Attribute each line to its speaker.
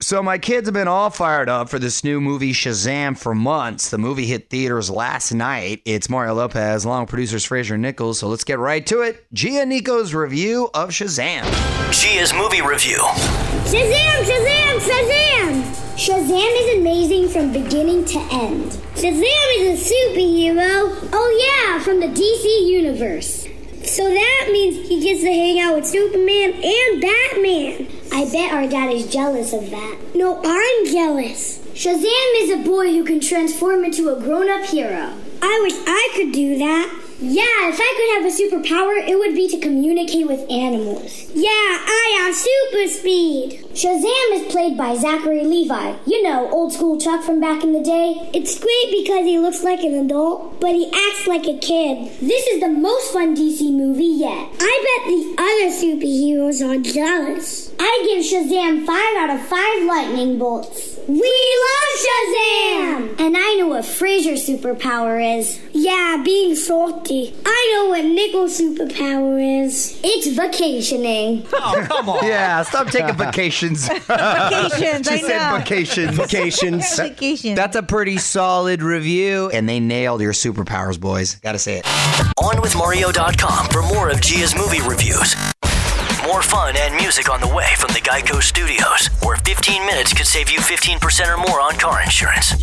Speaker 1: So my kids have been all fired up for this new movie Shazam for months. The movie hit theaters last night. It's Mario Lopez, along with producers Fraser Nichols. So let's get right to it. Gia Nico's review of Shazam.
Speaker 2: Gia's movie review.
Speaker 3: Shazam! Shazam! Shazam! Shazam is amazing from beginning to end. Shazam is a superhero. Oh yeah, from the DC universe. So that means he gets to hang out with Superman and Batman. I bet our dad is jealous of that. No, I'm jealous. Shazam is a boy who can transform into a grown-up hero. I wish I could do that. Yeah, if I could have a superpower, it would be to communicate with animals. Yeah, I have super speed. Shazam is played by Zachary Levi. You know, old school Chuck from back in the day. It's great because he looks like an adult, but he acts like a kid. This is the most fun DC movie yet. I bet the other superheroes are jealous. I give Shazam 5 out of 5 lightning bolts. We love Shazam! And I know what Fraser's superpower is. Yeah, being salty. I know what Nickel's superpower is. It's vacationing.
Speaker 1: Yeah, stop taking vacations.
Speaker 4: Vacations, I
Speaker 1: she said
Speaker 4: know.
Speaker 1: vacations.
Speaker 5: Vacations.
Speaker 4: Vacation.
Speaker 1: That's a pretty solid review, and they nailed your superpowers, boys. Gotta say it.
Speaker 2: OnWithMario.com for more of Gia's movie reviews. More fun and music on the way from the Geico Studios, where 15 minutes could save you 15% or more on car insurance.